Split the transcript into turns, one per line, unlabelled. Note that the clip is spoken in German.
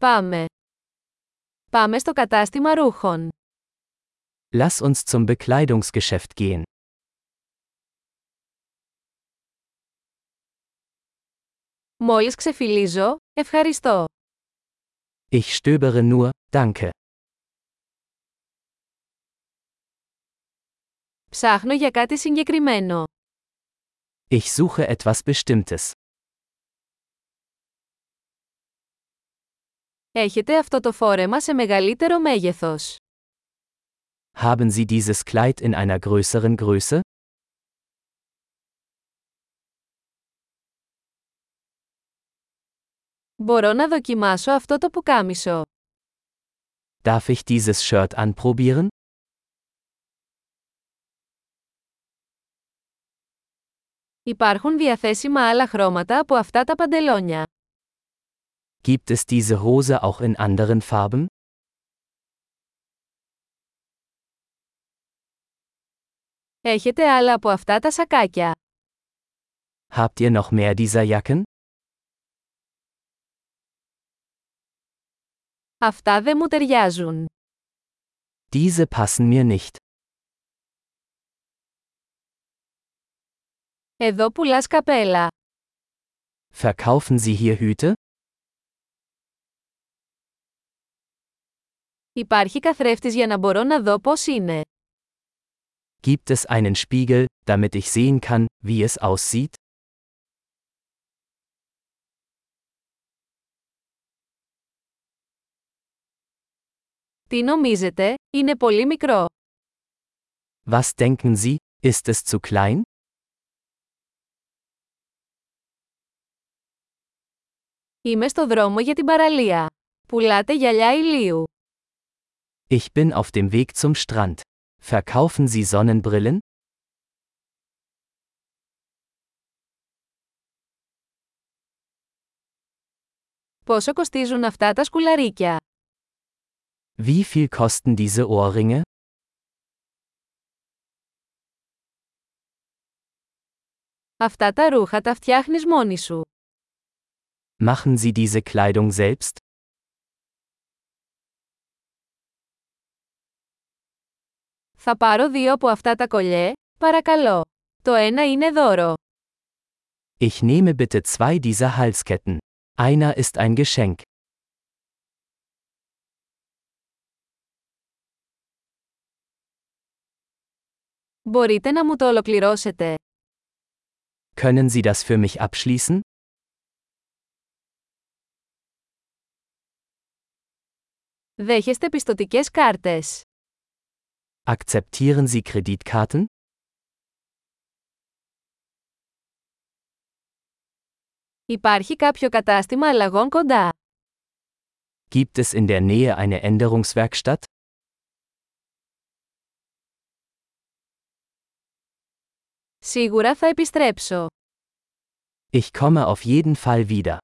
Πάμε. Πάμε στο κατάστημα ρούχων.
Lass uns zum Bekleidungsgeschäft gehen.
Μόλις ξεφυλίζω, ευχαριστώ.
Ich stöbere nur, danke.
Ψάχνω για κάτι συγκεκριμένο.
Ich suche etwas Bestimmtes.
Έχετε αυτό το φόρεμα σε μεγαλύτερο μέγεθος.
Haben Sie dieses Kleid in einer größeren Größe?
Μπορώ να δοκιμάσω αυτό το πουκάμισο.
Darf ich dieses Shirt anprobieren?
Υπάρχουν διαθέσιμα άλλα χρώματα από αυτά τα παντελόνια.
Gibt es diese Hose auch in anderen Farben?
Έχετε άλλα από αυτά τα σακάκια.
Habt ihr noch mehr dieser Jacken?
Αυτά δεν μου ταιριάζουν.
Diese passen mir nicht.
Εδώ πουλάς καπέλα.
Verkaufen Sie hier Hüte?
Υπάρχει καθρέφτης για να μπορώ να δω πώς είναι.
Gibt es einen Spiegel, damit ich sehen kann, wie es aussieht?
Τι νομίζετε, είναι πολύ μικρό.
Was denken Sie, ist es zu klein?
Είμαι στο δρόμο για την παραλία. Πουλάτε γυαλιά ηλίου.
Ich bin auf dem Weg zum Strand. Verkaufen Sie Sonnenbrillen?
Πόσο κοστίζουν αυτά τα σκουλαρίκια.
Wie viel kosten diese Ohrringe?
Αυτά τα ρούχα τα φτιάχνεις μόνη σου.
Machen Sie diese Kleidung selbst?
Θα πάρω δύο από αυτά τα κολλιέ, παρακαλώ. Το ένα είναι δώρο.
Ich nehme bitte zwei dieser Halsketten. Einer ist ein Geschenk.
Μπορείτε να μου το ολοκληρώσετε.
Können Sie das für mich abschließen?
Δέχεστε πιστοτικές κάρτες.
Akzeptieren Sie Kreditkarten?
Υπάρχει κάποιο κατάστημα αλλαγών κοντά.
Gibt es in der Nähe eine Änderungswerkstatt?
Σίγουρα θα επιστρέψω.
Ich komme auf jeden Fall wieder.